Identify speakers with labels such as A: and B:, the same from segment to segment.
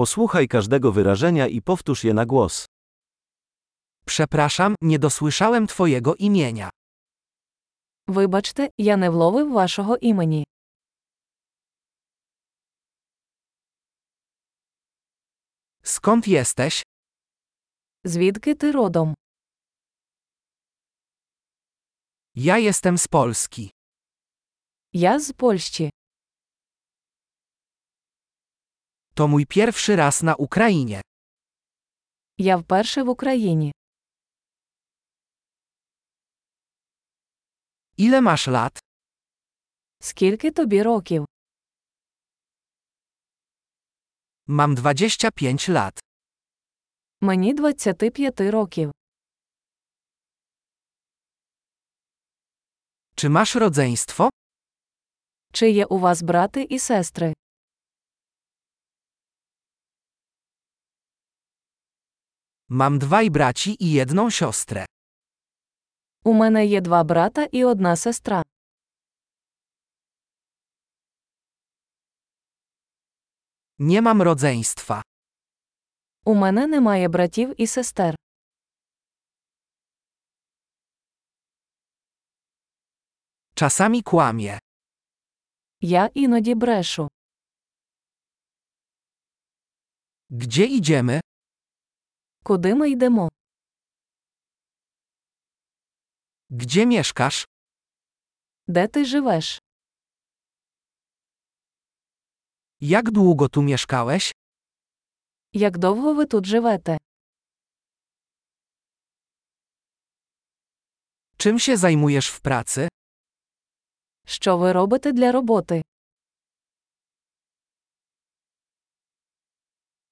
A: Posłuchaj każdego wyrażenia i powtórz je na głos.
B: Przepraszam, nie dosłyszałem Twojego imienia.
C: Вибачте, я не вловив вашого імені.
B: Skąd jesteś?
C: Звідки ти родом?
B: Ja jestem z Polski.
C: Я з Польщі.
B: To mój pierwszy raz na Ukrainie.
C: Я вперше в Україні.
B: Ile masz lat?
C: Скільки тобі років?
B: Mam 25 lat.
C: Мені 25 років.
B: Czy masz rodzeństwo?
C: Чи є у вас брати і сестри?
B: Mam dwaj braci i jedną siostrę.
C: У мене є два брата і одна сестра.
B: Nie mam rodzeństwa.
C: У мене немає братів і сестер.
B: Czasami kłamie.
C: Я іноді брешу.
B: Gdzie idziemy?
C: Куди ми йдемо?
B: Gdzie mieszkasz?
C: Де ти живеш?
B: Jak długo tu mieszkałeś?
C: Як довго ви тут живете?
B: Czym się zajmujesz w pracy?
C: Що ви робите для роботи?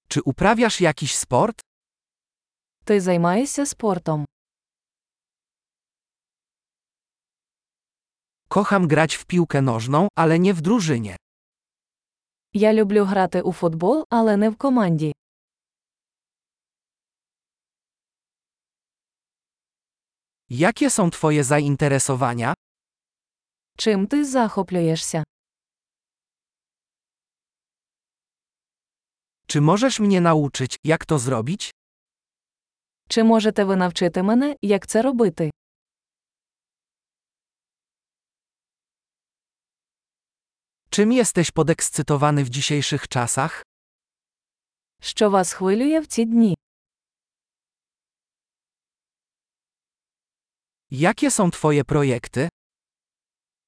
B: Czy uprawiasz jakiś sport?
C: Ти займаєшся спортом.
B: Kocham grać w piłkę nożną, ale nie w drużynie.
C: Я люблю грати у футбол, але не в команді.
B: Jakie są Twoje zainteresowania?
C: Чим ти захоплюєшся?
B: Czy możesz mnie nauczyć, jak to zrobić?
C: Чи можете ви навчити мене, як це робити?
B: Czym jesteś podekscytowany w dzisiejszych czasach?
C: Що вас хвилює в ці дні?
B: Jakie są Twoje projekty?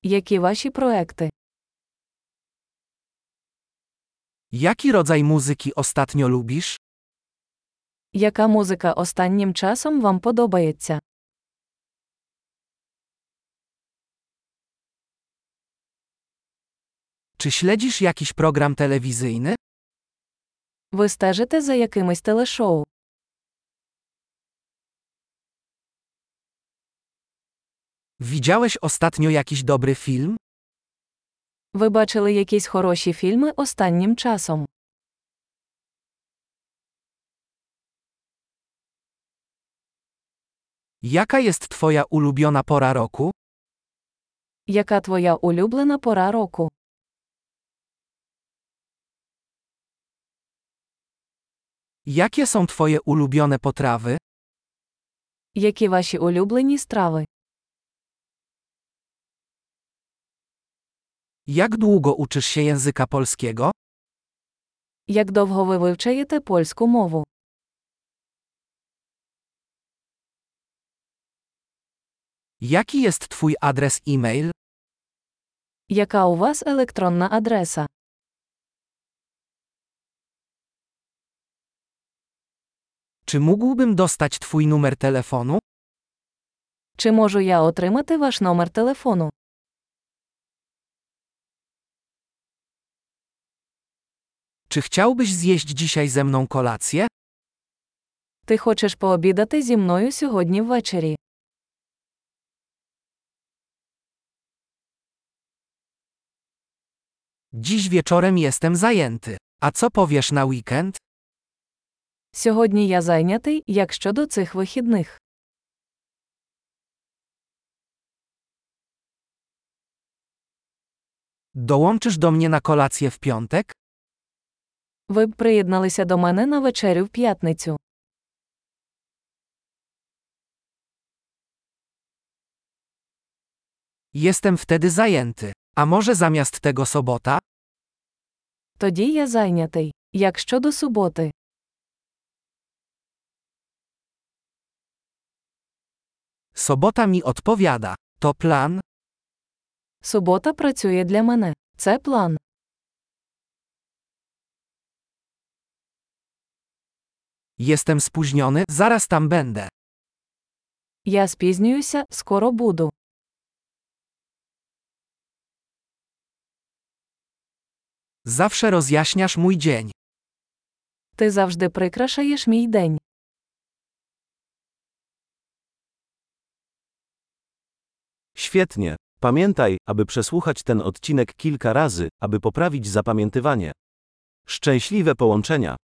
C: Які ваші проекти?
B: Jaki rodzaj muzyki ostatnio lubisz?
C: Яка музика останнім часом вам подобається?
B: Czy śledzisz jakiś program telewizyjny?
C: Ви стежите за якимись телешоу?
B: Widziałeś ostatnio jakiś dobry film?
C: Ви бачили якісь хороші фільми останнім часом?
B: Jaka jest Twoja ulubiona pora roku?
C: Яка твоя улюблена пора року?
B: Jakie są Twoje ulubione potrawy?
C: Які ваші улюблені страви?
B: Jak długo uczysz się języka polskiego?
C: Як довго ви вивчаєте польську мову?
B: Jaki jest Twój adres e-mail?
C: Яка у вас електронна адреса?
B: Czy mógłbym dostać Twój numer telefonu?
C: Чи можу я отримати ваш номер телефону?
B: Czy chciałbyś zjeść dzisiaj ze mną kolację?
C: Ти хочеш пообідати зі мною сьогодні ввечері?
B: Dziś wieczorem jestem zajęty. A co powiesz na weekend?
C: Сьогодні я зайнятий, як щодо цих вихідних.
B: Dołączysz do mnie na kolację w piątek?
C: Ви б приєдналися до мене на вечерю в п'ятницю.
B: Jestem wtedy zajęty. A może zamiast tego sobota?
C: Тоді я зайнятий. Як щодо суботи,
B: Sobota mi odpowiada. To plan?
C: субота працює для мене. Це план.
B: Jestem spóźniony, zaraz tam będę.
C: Я спізнююся, скоро буду.
B: Zawsze rozjaśniasz mój dzień.
C: Ти завжди прикрашаєш мій день.
A: Świetnie. Pamiętaj, aby przesłuchać ten odcinek kilka razy, aby poprawić zapamiętywanie. Szczęśliwe połączenia.